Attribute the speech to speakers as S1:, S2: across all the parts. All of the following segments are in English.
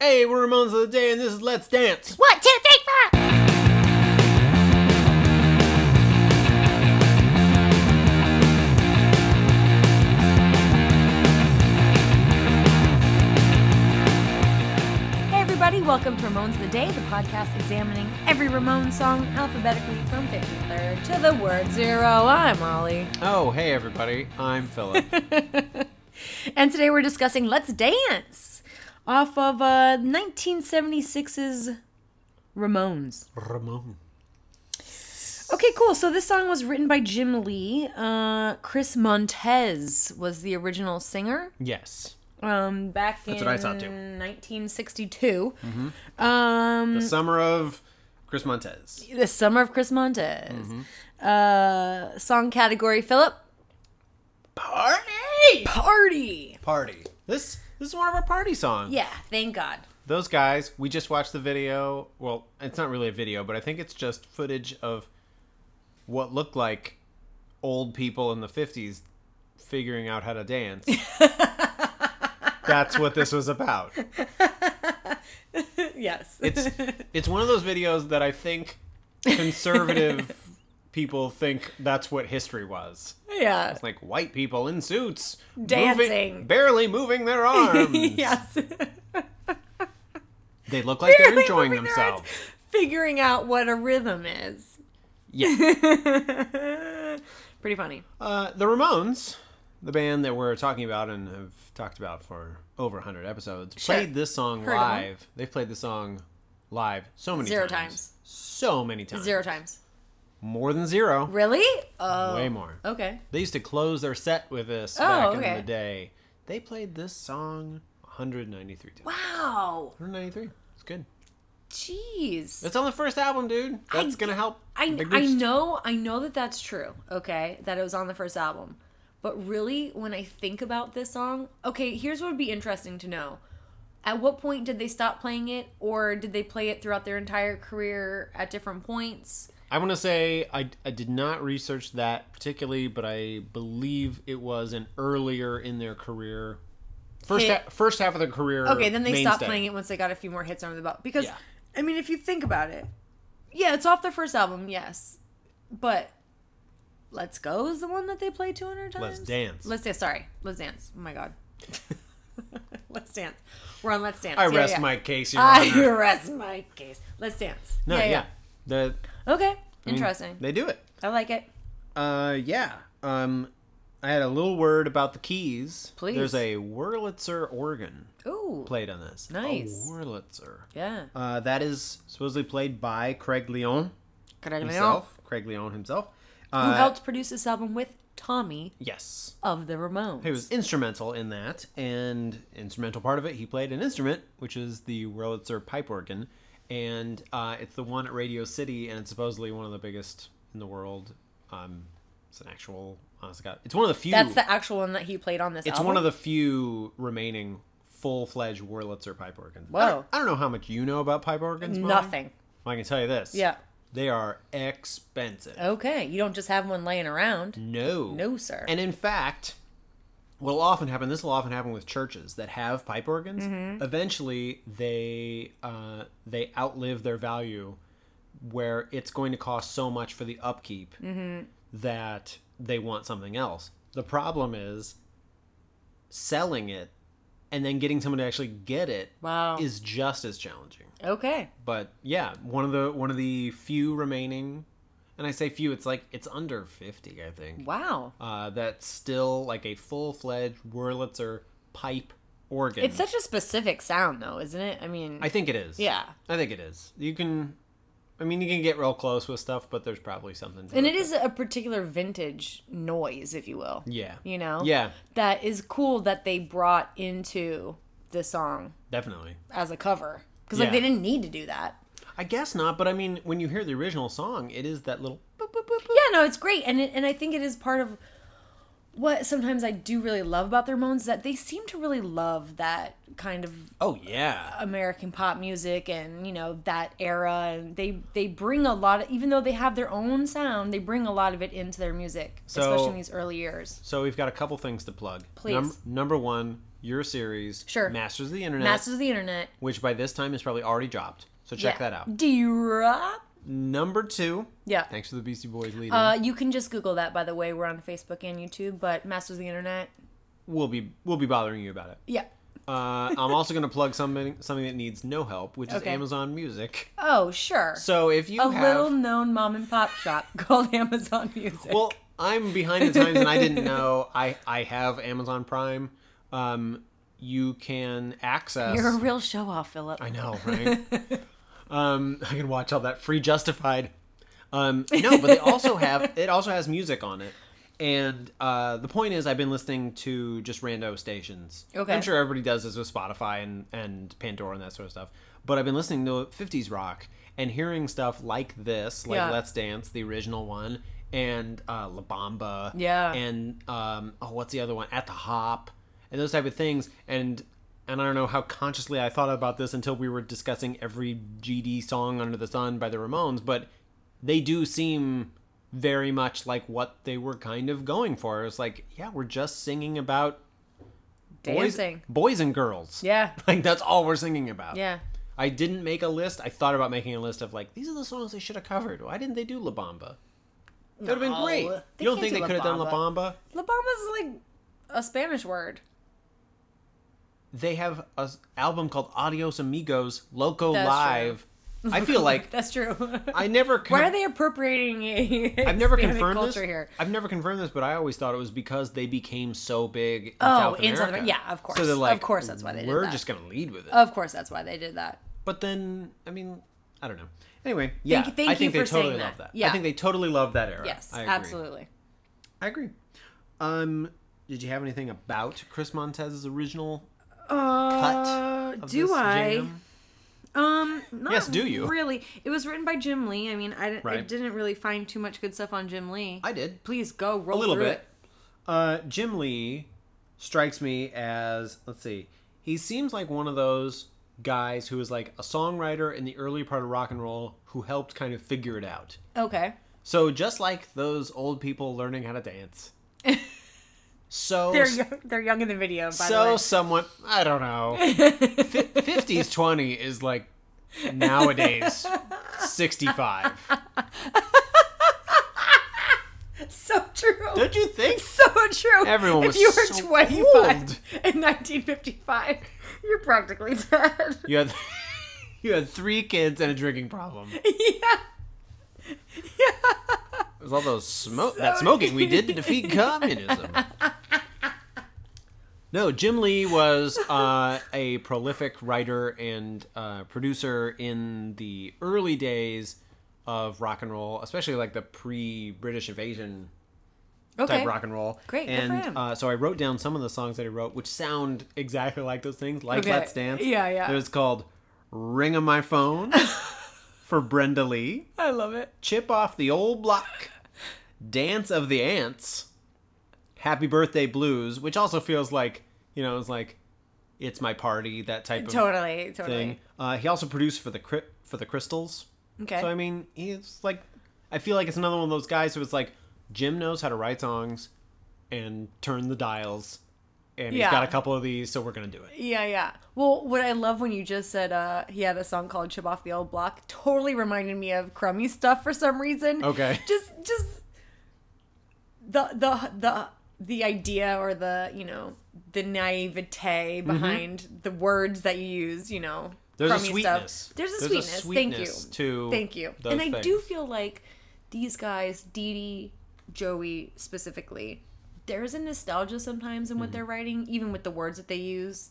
S1: Hey, we're Ramones of the Day, and this is Let's Dance.
S2: One, two, three, four. Hey, everybody, welcome to Ramones of the Day, the podcast examining every Ramones song alphabetically from 53rd to the word zero. I'm Ollie.
S1: Oh, hey everybody, I'm Philip.
S2: And today we're discussing Let's Dance off of uh, 1976's Ramones.
S1: Ramon.
S2: Okay, cool. So this song was written by Jim Lee. Uh, Chris Montez was the original singer
S1: Yes.
S2: um, back in
S1: what I thought, too.
S2: 1962. Um,
S1: The summer of Chris Montez.
S2: the summer of Chris Montez.
S1: Mm-hmm.
S2: Uh, song category, Philip.
S1: Party!
S2: Party.
S1: Party. This this is one of our party songs.
S2: Yeah, thank God.
S1: Those guys, we just watched the video. Well, it's not really a video, but I think it's just footage of what looked like old people in the 50s figuring out how to dance. That's what this was about.
S2: yes.
S1: it's it's one of those videos that I think conservative people think that's what history was.
S2: yeah.
S1: It's like white people in suits moving-
S2: Dancing.
S1: barely moving their arms.
S2: yes.
S1: They look like they're
S2: Barely
S1: enjoying
S2: moving their arms.
S1: themselves.
S2: Figuring out what a rhythm is.
S1: Yeah.
S2: Pretty funny.
S1: Uh, the Ramones, the band that we're talking about and have talked about for over 100 episodes,
S2: Sure.
S1: played this song
S2: Heard of 'em.
S1: live. They've played the song live so many
S2: Zero
S1: times.
S2: times.
S1: So many times.
S2: Zero times.
S1: More than zero.
S2: Really? Oh.
S1: Way more.
S2: Okay.
S1: They used to close their set with this back in
S2: Oh, okay.
S1: the day. They played this song 193 times.
S2: Wow.
S1: 193. It's good.
S2: Jeez.
S1: It's on the first album, dude. That's gonna help.
S2: I
S1: Big
S2: I
S1: Boost.
S2: know I know that that's true. Okay, that it was on the first album, but really, when I think about this song, okay, here's what would be interesting to know: at what point did they stop playing it, or did they play it throughout their entire career at different points?
S1: I want to say I, I did not research that particularly, but I believe it was an earlier in their career, first
S2: Hit.
S1: ha- first half of their career.
S2: Okay, then they stopped
S1: mainstay.
S2: playing it once they got a few more hits under the belt. Because
S1: Yeah.
S2: I mean, if you think about it, yeah, it's off their first album, yes, but Let's Go is the one that they played 200 times.
S1: Let's dance.
S2: Let's dance. Sorry, Let's dance. Oh my god. Let's dance. We're on Let's dance.
S1: I
S2: Yeah,
S1: rest
S2: yeah.
S1: my case, Your
S2: I
S1: Honor.
S2: rest my case. Let's dance.
S1: No, yeah, The,
S2: Okay.
S1: I mean,
S2: Interesting.
S1: They do it.
S2: I like it.
S1: Uh, yeah. Um, I had a little word about the keys.
S2: Please.
S1: There's a Wurlitzer organ
S2: Ooh.
S1: played on this.
S2: Nice.
S1: A Wurlitzer.
S2: Yeah.
S1: Uh, that is supposedly played by Craig Leon
S2: Craig Leon,
S1: himself. Craig Leon himself.
S2: Who
S1: Uh,
S2: helped produce this album with Tommy
S1: Yes.
S2: of the Ramones.
S1: He was instrumental in that, and instrumental part of it, he played an instrument, which is the Wurlitzer pipe organ, and uh, it's the one at Radio City, and it's supposedly one of the biggest in the world. Um, it's an actual, honest to God, it's one of the few.
S2: That's the actual one that he played on this
S1: It's
S2: album.
S1: one of the few remaining full-fledged Wurlitzer pipe organs.
S2: Whoa.
S1: I don't, I don't know how much you know about pipe organs. Molly.
S2: Nothing.
S1: Well, I can tell you this.
S2: Yeah.
S1: They are expensive.
S2: Okay. You don't just have one laying around.
S1: No.
S2: No, sir.
S1: And in fact, what'll often happen, this will often happen with churches that have pipe organs. Eventually, they uh, they outlive their value, where it's going to cost so much for the upkeep that they want something else. The problem is selling it and then getting someone to actually get it is
S2: wow.
S1: just as challenging
S2: okay.
S1: but yeah, one of the one of the few remaining, and I say few, it's like it's under fifty, I think.
S2: Wow.
S1: Uh, that's still like a full fledged Wurlitzer pipe organ.
S2: It's such a specific sound, though, isn't it? I mean,
S1: Hmm. I think it is.
S2: yeah.
S1: I think it is. You can, I mean, you can get real close with stuff, but there's probably something. To
S2: And it is a particular vintage noise, if you will.
S1: Yeah.
S2: You know?
S1: Yeah,
S2: That is cool that they brought into the song
S1: definitely.
S2: as a cover. Because, like,
S1: Yeah.
S2: they didn't need to do that.
S1: I guess not, but I mean, when you hear the original song, it is that little. boop, boop, boop, boop.
S2: Yeah, no, it's great, and it, and I think it is part of what sometimes I do really love about the Ramones is that they seem to really love that kind of
S1: Oh yeah.
S2: American pop music and you know that era, and they they bring a lot of even though they have their own sound, they bring a lot of it into their music,
S1: So-
S2: especially in these early years.
S1: So we've got a couple things to plug.
S2: Please.
S1: number one, your series,
S2: Sure.
S1: Masters of the Internet,
S2: Masters of the Internet.
S1: which by this time is probably already dropped. So check
S2: Yeah.
S1: that out.
S2: D-Rop.
S1: Number two,
S2: Yeah.
S1: thanks to the Beastie Boys leading,
S2: Uh, you can just Google that, by the way. We're on Facebook and YouTube, but Masters of the Internet.
S1: we'll be we'll be bothering you about it.
S2: Yeah.
S1: Uh, I'm also going to plug something something that needs no help, which is
S2: Okay.
S1: Amazon Music.
S2: Oh, sure.
S1: So if you
S2: a
S1: have
S2: little known mom and pop shop called Amazon Music.
S1: well, I'm behind the times and I didn't know I I have Amazon Prime. Um, you can access.
S2: You're a real show off, Philip.
S1: I know, right? um, I can watch all that free Justified. Um, no, but they also have it also has music on it. And uh, the point is, I've been listening to just rando stations.
S2: Okay.
S1: I'm sure everybody does this with Spotify and and Pandora and that sort of stuff. But I've been listening to 50s rock and hearing stuff like this, like
S2: Yeah.
S1: Let's Dance, the original one, and uh, La Bamba,
S2: Yeah.
S1: and um, oh, what's the other one? At the Hop, and those type of things. And and I don't know how consciously I thought about this until we were discussing every GD song under the sun by the Ramones, but they do seem very much like what they were kind of going for. It's like, yeah, we're just singing about boys,
S2: Dancing.
S1: boys and girls.
S2: Yeah.
S1: Like that's all we're singing about.
S2: Yeah.
S1: I didn't make a list. I thought about making a list of like these are the songs they should have covered. Why didn't they do La Bamba? That would have been
S2: No.
S1: great.
S2: They
S1: you don't
S2: can't
S1: think
S2: do
S1: they
S2: La
S1: could have done La
S2: Bamba.
S1: Bamba?
S2: La Bamba's like a Spanish word.
S1: They have a s- album called Adios Amigos Loco
S2: That's
S1: Live. I feel like
S2: That's true.
S1: I never.
S2: Why are
S1: con-
S2: they appropriating a
S1: I've never
S2: Hispanic
S1: confirmed this.
S2: culture here?
S1: I've never confirmed this, but I always thought it was because they became so big. In
S2: Oh,
S1: South
S2: in
S1: America.
S2: South America. Yeah, of course.
S1: So they're
S2: Of
S1: like,
S2: course that's why they did
S1: We're
S2: that." Uh,
S1: just gonna lead with it.
S2: Of course, that's why they did that.
S1: But then, I mean, I don't know. Anyway, yeah,
S2: you- thank
S1: I think they
S2: you for saying
S1: totally
S2: that.
S1: love that. I
S2: Yeah.
S1: think they totally love that era.
S2: Yes,
S1: I agree.
S2: absolutely.
S1: I agree. Um, did you have anything about Chris Montez's original
S2: Uh,
S1: of
S2: do
S1: this
S2: I?
S1: jam?
S2: Um, not
S1: Yes, do you?
S2: really? It was written by Jim Lee. I mean, I, didn't- I
S1: Right.
S2: didn't really find too much good stuff on Jim Lee.
S1: I did.
S2: Please go
S1: a
S2: roll
S1: little
S2: through
S1: bit.
S2: it.
S1: Uh, Jim Lee strikes me as let's see, he seems like one of those guys who is like a songwriter in the early part of rock and roll who helped kind of figure it out.
S2: Okay.
S1: So just like those old people learning how to dance. So
S2: They're young, they're young in the video. By
S1: so someone I don't know.
S2: the way.
S1: Fifties twenty is like nowadays sixty five.
S2: so true.
S1: Don't you think?
S2: so true.
S1: Everyone
S2: if
S1: was
S2: you were
S1: so
S2: 25
S1: old.
S2: in 1955, you're practically dead.
S1: You had you had three kids and a drinking problem.
S2: yeah. Yeah.
S1: It was all those smoke
S2: So-
S1: that smoking we did to defeat communism. No, Jim Lee was uh, a prolific writer and uh, producer in the early days of rock and roll, especially like the pre-British invasion
S2: Okay.
S1: type rock and roll.
S2: Great, good for
S1: and
S2: him.
S1: Uh, so I wrote down some of the songs that he wrote, which sound exactly like those things, like
S2: Okay.
S1: Let's Dance.
S2: Yeah, yeah.
S1: There's called "Ring of My Phone" for Brenda Lee.
S2: I love it.
S1: Chip off the old block. Dance of the Ants. Happy Birthday Blues, which also feels like, you know, it's like it's my party, that type of
S2: Totally. Totally.
S1: thing. Uh, he also produced for the Cry- for the Crystals.
S2: Okay.
S1: So I mean, he's like I feel like it's another one of those guys who it's like Jim knows how to write songs and turn the dials and
S2: Yeah.
S1: he's got a couple of these, so we're going to do it.
S2: yeah, yeah. Well, what I love when you just said uh, he had a song called "Chip Off the Old Block" totally reminded me of crummy stuff for some reason.
S1: Okay.
S2: just just the the the the idea or the you know the naivete behind the words that you use you know
S1: Mm-hmm. There's a
S2: crummy
S1: sweetness.
S2: there's a sweetness, thank you
S1: to
S2: thank you
S1: those
S2: and i do
S1: things.
S2: feel like these guys Dee Dee joey specifically there's a nostalgia sometimes
S1: Mm-hmm.
S2: in what they're writing even with the words that they use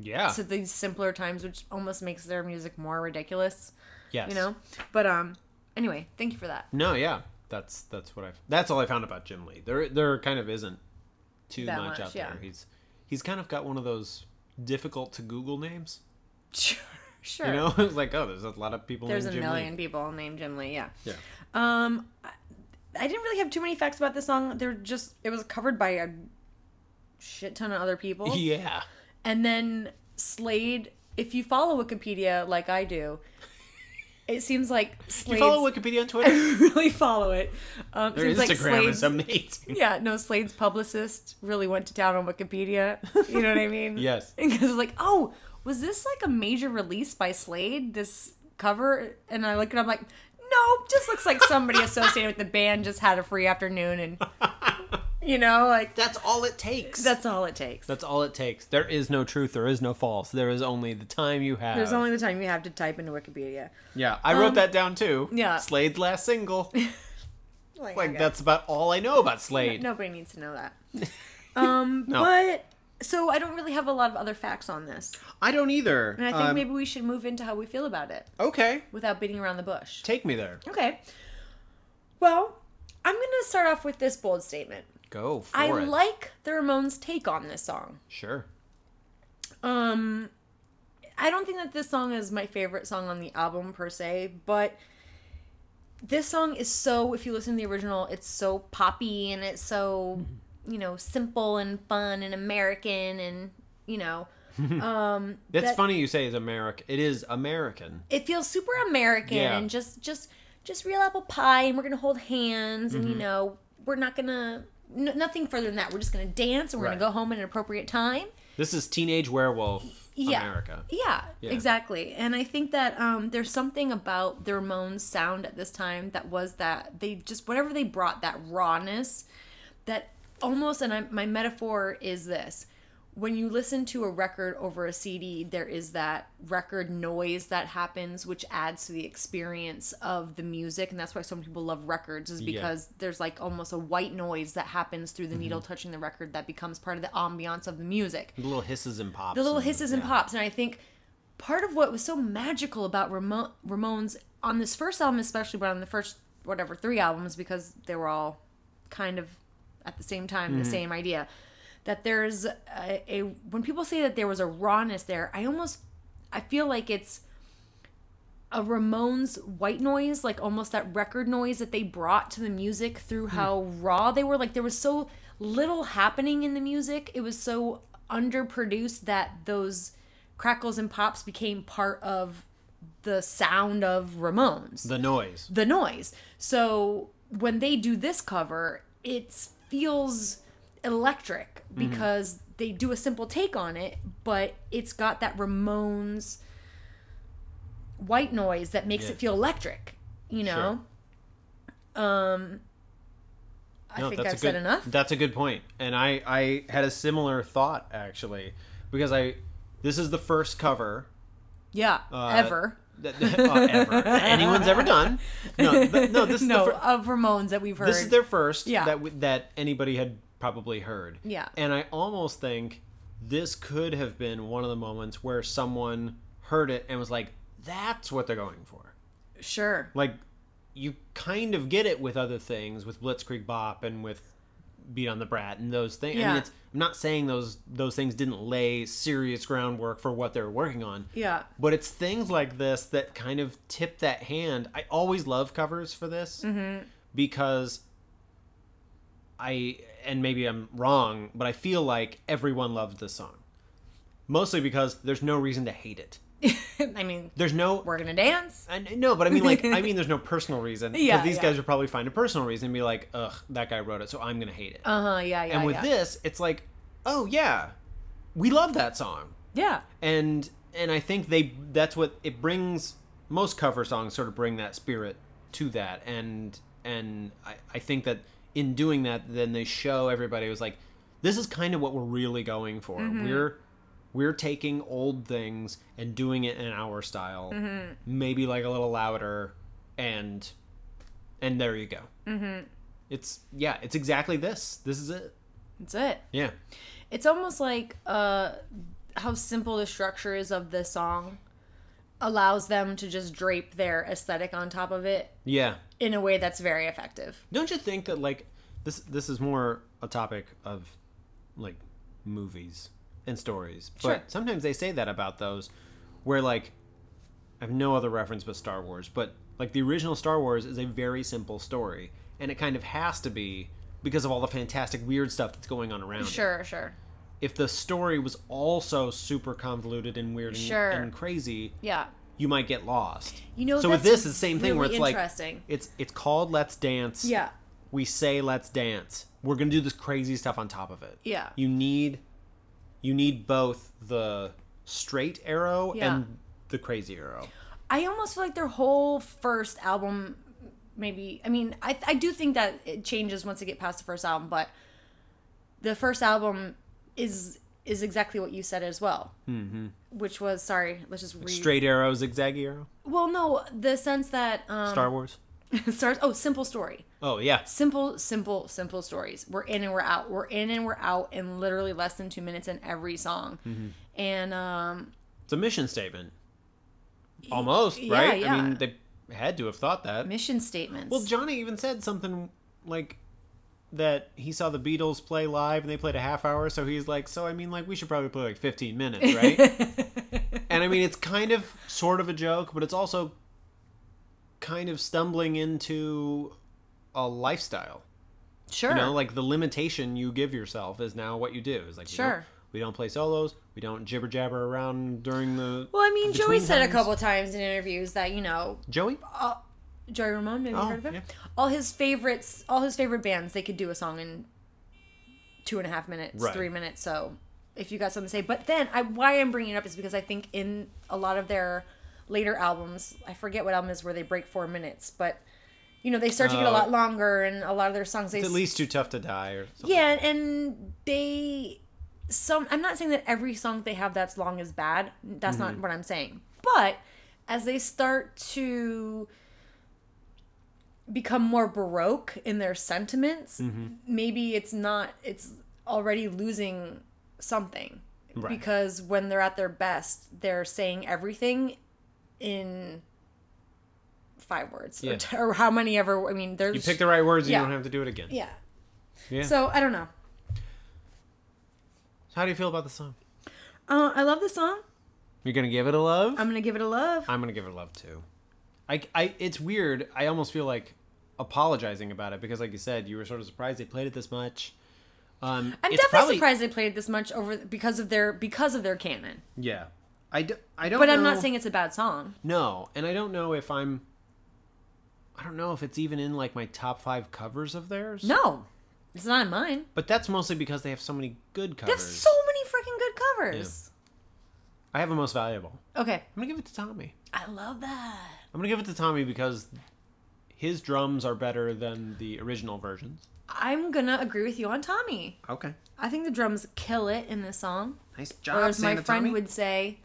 S1: Yeah.
S2: to these simpler times which almost makes their music more ridiculous
S1: yes.
S2: you know but um anyway thank you for that
S1: No, yeah, that's that's what I that's all I found about Jim Lee. There there kind of isn't too
S2: That
S1: much,
S2: much,
S1: out
S2: yeah.
S1: there. He's he's kind of got one of those difficult to Google names.
S2: sure sure
S1: You know, it's like oh, there's a lot of people.
S2: There's a
S1: named Jim
S2: million
S1: Lee.
S2: people named Jim Lee. Yeah.
S1: Yeah,
S2: Um, I, I didn't really have too many facts about this song. They're just it was covered by a shit ton of other people,
S1: yeah.
S2: and then Slade. If you follow Wikipedia like I do, It seems like
S1: You
S2: Slade's.
S1: follow Wikipedia on
S2: I
S1: Twitter?
S2: really follow it. Um,
S1: Their
S2: seems like
S1: Instagram
S2: Slade's.
S1: is amazing.
S2: yeah, no, Slade's publicist really went to town on Wikipedia. You know what I mean?
S1: Yes.
S2: Because it's like, oh, was this like a major release by Slade? This cover, and I look at, I'm like, nope, just looks like somebody associated with the band just had a free afternoon, and you know, like
S1: That's all it takes.
S2: that's all it takes.
S1: That's all it takes. There is no truth. There is no false. There is only the time you have.
S2: There's only the time you have to type into Wikipedia.
S1: yeah, I wrote that down too.
S2: yeah.
S1: Slade's last single.
S2: Like,
S1: Like
S2: okay.
S1: that's about all I know about Slade.
S2: Nobody needs to know that. Um,
S1: No.
S2: but so I don't really have a lot of other facts on this,
S1: I don't either.
S2: and I think
S1: Um,
S2: maybe we should move into how we feel about it
S1: okay,
S2: without beating around the bush.
S1: take me there.
S2: Okay. Well, I'm gonna start off with this bold statement.
S1: Go for
S2: I
S1: it.
S2: like the Ramones' take on this song.
S1: sure.
S2: Um, I don't think that this song is my favorite song on the album per se, but this song is so. If you listen to the original, it's so poppy and it's so
S1: Mm-hmm.
S2: you know simple and fun and American and you know um
S1: It's
S2: that-
S1: funny you say is American. It is American.
S2: it feels super American
S1: Yeah.
S2: and just just just real apple pie and we're gonna hold hands
S1: Mm-hmm.
S2: and you know we're not gonna n- nothing further than that. We're just gonna dance and we're
S1: Right.
S2: gonna go home at an appropriate time.
S1: This is teenage werewolf
S2: Yeah.
S1: America.
S2: Yeah,
S1: Yeah.
S2: exactly. And I think that um, there's something about the Ramones sound at this time that was that they just whatever they brought that rawness that almost and I, my metaphor is this when you listen to a record over a CD there is that record noise that happens which adds to the experience of the music and that's why so many people love records is
S1: Yeah. Mm-hmm.
S2: because there's like almost a white noise that happens through the needle touching the record that becomes part of the ambiance of the music
S1: The little hisses and pops.
S2: the little hisses and pops. And I think part of what was so magical about Ramo- Ramones on this first album, especially, but on the first whatever three albums, because they were all kind of at the same time the same idea. That there's a, a when people say that there was a rawness there, I almost I feel like it's a Ramones white noise, like almost that record noise that they brought to the music through how raw they were. Like there was so little happening in the music. It was so underproduced that those crackles and pops became part of the sound of Ramones
S1: The noise.
S2: the noise. So when they do this cover, it feels electric
S1: Mm-hmm.
S2: because they do a simple take on it, but it's got that Ramones white noise that makes
S1: Yeah.
S2: it feel electric, you know? Um I
S1: No,
S2: think
S1: that's
S2: I've
S1: a
S2: said
S1: good-
S2: enough.
S1: That's a good point. And I, I had a similar thought actually, because I this is the first cover
S2: Yeah, ever.
S1: that, uh, ever that anyone's ever done. No, th- no, this is
S2: no,
S1: the fir-
S2: of Ramones that we've heard.
S1: this is their first
S2: Yeah.
S1: that w- that anybody had probably heard.
S2: Yeah.
S1: and I almost think this could have been one of the moments where someone heard it and was like, "That's what they're going for."
S2: sure.
S1: Like, you kind of get it with other things, with Blitzkrieg Bop and with Beat on the Brat and those things. I
S2: Yeah.
S1: mean, it's, I'm not saying those those things didn't lay serious groundwork for what they're working on.
S2: Yeah.
S1: But it's things like this that kind of tip that hand. I always love covers for this
S2: Mm-hmm.
S1: because I, and maybe I'm wrong, but I feel like everyone loves this song. Mostly because there's no reason to hate it.
S2: I mean,
S1: There's no.
S2: we're gonna dance.
S1: I, no, but I mean, like, I mean, there's no personal reason. Because
S2: Yeah,
S1: these
S2: yeah.
S1: guys would probably find a personal reason and be like, ugh, that guy wrote it, so I'm going to hate it.
S2: Uh huh. Yeah. Yeah.
S1: and with
S2: yeah.
S1: this, it's like, oh, yeah, we love that song
S2: yeah.
S1: and and I think they that's what it brings. Most cover songs sort of bring that spirit to that, and and I, I think that in doing that, then they show everybody was like, this is kind of what we're really going for. We're we're taking old things and doing it in our style, maybe like a little louder, and and there you go. Mm-hmm. It's yeah, it's exactly this. This is it.
S2: That's it.
S1: Yeah,
S2: it's almost like uh how simple the structure is of the song allows them to just drape their aesthetic on top of it
S1: yeah.
S2: in a way that's very effective
S1: Don't you think that like this this is more a topic of like movies and stories. But
S2: Sure.
S1: sometimes they say that about those where like I have no other reference but Star Wars, but like the original Star Wars is a very simple story and it kind of has to be because of all the fantastic weird stuff that's going on around. it.
S2: sure sure
S1: If the story was also super convoluted and weird and,
S2: Sure.
S1: and crazy,
S2: yeah
S1: you might get lost.
S2: You know,
S1: so with
S2: that's
S1: this, it's the same thing where
S2: really
S1: it's like
S2: interesting.
S1: it's it's called Let's Dance.
S2: Yeah.
S1: We say Let's Dance. We're gonna do this crazy stuff on top of it.
S2: Yeah.
S1: You need, you need both the straight arrow
S2: Yeah.
S1: and the crazy arrow.
S2: I almost feel like their whole first album, maybe. I mean, I, I do think that it changes once they get past the first album, but the first album is is exactly what you said as well. Mm-hmm. Which was sorry, let's just read.
S1: Straight arrow, zigzag arrow.
S2: Well, no, the sense that um,
S1: Star Wars.
S2: starts. Oh, simple story.
S1: Oh yeah.
S2: Simple, simple, simple stories. We're in and we're out. We're in and we're out in literally less than two minutes in every song,
S1: Mm-hmm.
S2: and um,
S1: It's a mission statement. Almost,
S2: yeah,
S1: right? I
S2: yeah.
S1: mean, they had to have thought that.
S2: mission statements.
S1: Well, Johnny even said something like that he saw the Beatles play live and they played a half hour, so he's like, so I mean, like, we should probably play like 15 minutes, right? and I mean, it's kind of sort of a joke, but it's also kind of stumbling into a lifestyle.
S2: sure.
S1: You know, like the limitation you give yourself is now what you do. It's like, we don't-
S2: Sure.
S1: we don't play solos, we don't jibber jabber around during the.
S2: well, I mean, Joey
S1: between
S2: said a
S1: times.
S2: couple times in interviews that you know
S1: Joey?
S2: Joey Ramone, maybe you
S1: Oh,
S2: heard of him.
S1: yeah.
S2: All his favorites, all his favorite bands, they could do a song in two and a half minutes,
S1: Right.
S2: three minutes. So if you got something to say, but then I why I'm bringing it up is because I think in a lot of their later albums, I forget what album it is where they break four minutes, but you know they start to get a
S1: Oh.
S2: lot longer, and a lot of their songs they
S1: It's at
S2: s-
S1: least too tough to die or something.
S2: yeah, and, and they some I'm not saying that every song they have that's long is bad. That's not
S1: Mm-hmm.
S2: what I'm saying. But as they start to become more baroque in their sentiments,
S1: Mm-hmm.
S2: maybe it's not it's already losing something.
S1: Right.
S2: Because when they're at their best, they're saying everything in five words
S1: Yeah.
S2: or, t- or how many ever I mean there's
S1: You pick the right words and
S2: Yeah.
S1: you don't have to do it again.
S2: yeah.
S1: Yeah.
S2: So I don't know.
S1: How do you feel about the song?
S2: Uh, I love the song.
S1: You're gonna give it a love.
S2: I'm gonna give it a love.
S1: I'm gonna give it a love too. I, I, it's weird. I almost feel like apologizing about it because, like you said, you were sort of surprised they played it this much. Um,
S2: I'm
S1: it's
S2: definitely
S1: probably-
S2: surprised they played this much over because of their because of their canon.
S1: Yeah, I, do, I don't.
S2: But I'm not
S1: know-
S2: saying it's a bad song.
S1: no, and I don't know if I'm. I don't know if it's even in like my top five covers of theirs.
S2: No, it's not in mine.
S1: but that's mostly because they have so many good
S2: They have
S1: covers.
S2: so many freaking good covers.
S1: I have a most valuable.
S2: Okay,
S1: I'm gonna give it to Tommy.
S2: I love that.
S1: I'm gonna give it to Tommy because his drums are better than the original versions.
S2: I'm gonna agree with you on Tommy.
S1: Okay.
S2: I think the drums kill it in this song.
S1: Nice
S2: Or
S1: job,
S2: as my
S1: Santa
S2: friend
S1: Tommy.
S2: would say,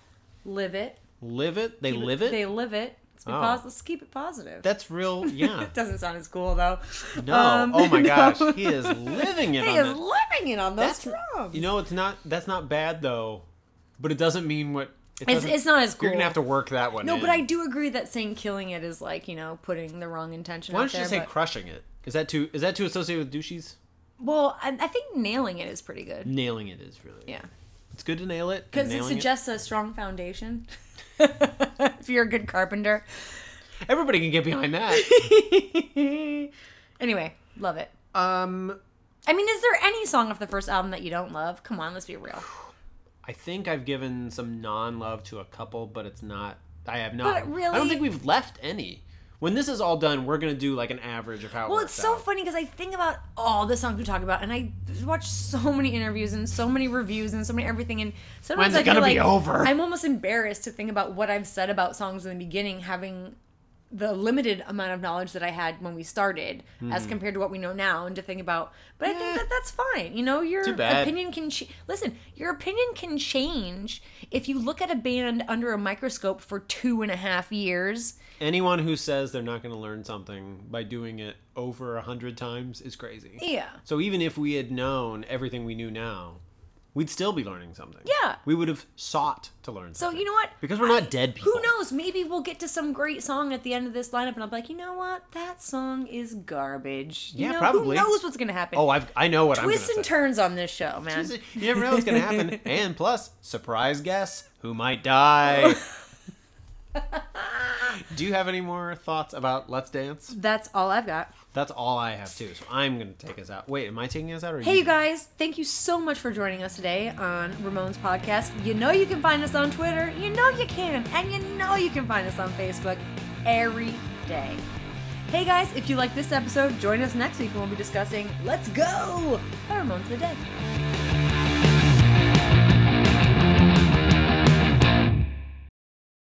S2: "Live it."
S1: live it. They live it.
S2: They live it. Let's, be
S1: Oh.
S2: pos- let's keep it positive.
S1: That's real. Yeah.
S2: it doesn't sound as cool though.
S1: No.
S2: Um,
S1: oh my
S2: no.
S1: gosh, he is living it.
S2: He
S1: on
S2: is
S1: that.
S2: living it on those
S1: That's
S2: drums.
S1: You know, it's not. That's not bad though, but it doesn't mean what. It
S2: It's,
S1: doesn't-
S2: it's not as cool.
S1: You're gonna have to work that one.
S2: No,
S1: in.
S2: but I do agree that saying killing it is like you know putting the wrong intention
S1: Why
S2: out
S1: don't you
S2: there.
S1: just say
S2: but-
S1: crushing it? Is that too? Is that too associated with douchies?
S2: well, I, I think nailing it is pretty good.
S1: Nailing it is really.
S2: Yeah,
S1: It's good to nail it. and
S2: because it
S1: Mm. nailing
S2: suggests a strong foundation. if you're a good carpenter.
S1: Everybody can get behind that.
S2: anyway, love it.
S1: um,
S2: I mean, is there any song off the first album that you don't love? Come on, let's be real.
S1: I think I've given some non-love to a couple, but it's not. I have not.
S2: But really-
S1: I don't think we've left any. When this is all done, we're gonna do like an average of how. it
S2: Well, it's
S1: works
S2: so
S1: out.
S2: funny because I think about all the songs we talk about, and I watch so many interviews and so many reviews and so many everything, and sometimes
S1: When's it
S2: I feel
S1: gonna
S2: like
S1: be over?
S2: I'm almost embarrassed to think about what I've said about songs in the beginning, having the limited amount of knowledge that I had when we started, as
S1: Hmm.
S2: compared to what we know now, and to think about. But I think that that's fine. You know, your
S1: Eh. Too bad.
S2: opinion can ch- listen. Your opinion can change if you look at a band under a microscope for two and a half years.
S1: Anyone who says they're not going to learn something by doing it over a hundred times is crazy.
S2: Yeah.
S1: So even if we had known everything we knew now, we'd still be learning something.
S2: Yeah.
S1: We would have sought to learn
S2: So
S1: something.
S2: you know what?
S1: Because we're not dead people.
S2: Who knows? Maybe we'll get to some great song at the end of this lineup, and I'll be like, you know what? That song is garbage. You
S1: Yeah,
S2: know,
S1: probably.
S2: Who knows what's gonna happen?
S1: Oh, I've, I know what
S2: twists
S1: I'm
S2: and
S1: going to say.
S2: turns on this show, man.
S1: You never know what's going to happen. And plus, surprise guess who might die. Do you have any more thoughts about Let's Dance?
S2: That's all I've got.
S1: That's all I have too. So I'm gonna take us out. Wait, am I taking us out or
S2: Hey, you guys, thank you so much for joining us today on Ramon's podcast. You know you can find us on Twitter, you know you can, and you know you can find us on Facebook every day. Hey, guys, if you like this episode, join us next week when we'll be discussing Let's Go, by Ramon's the Dead.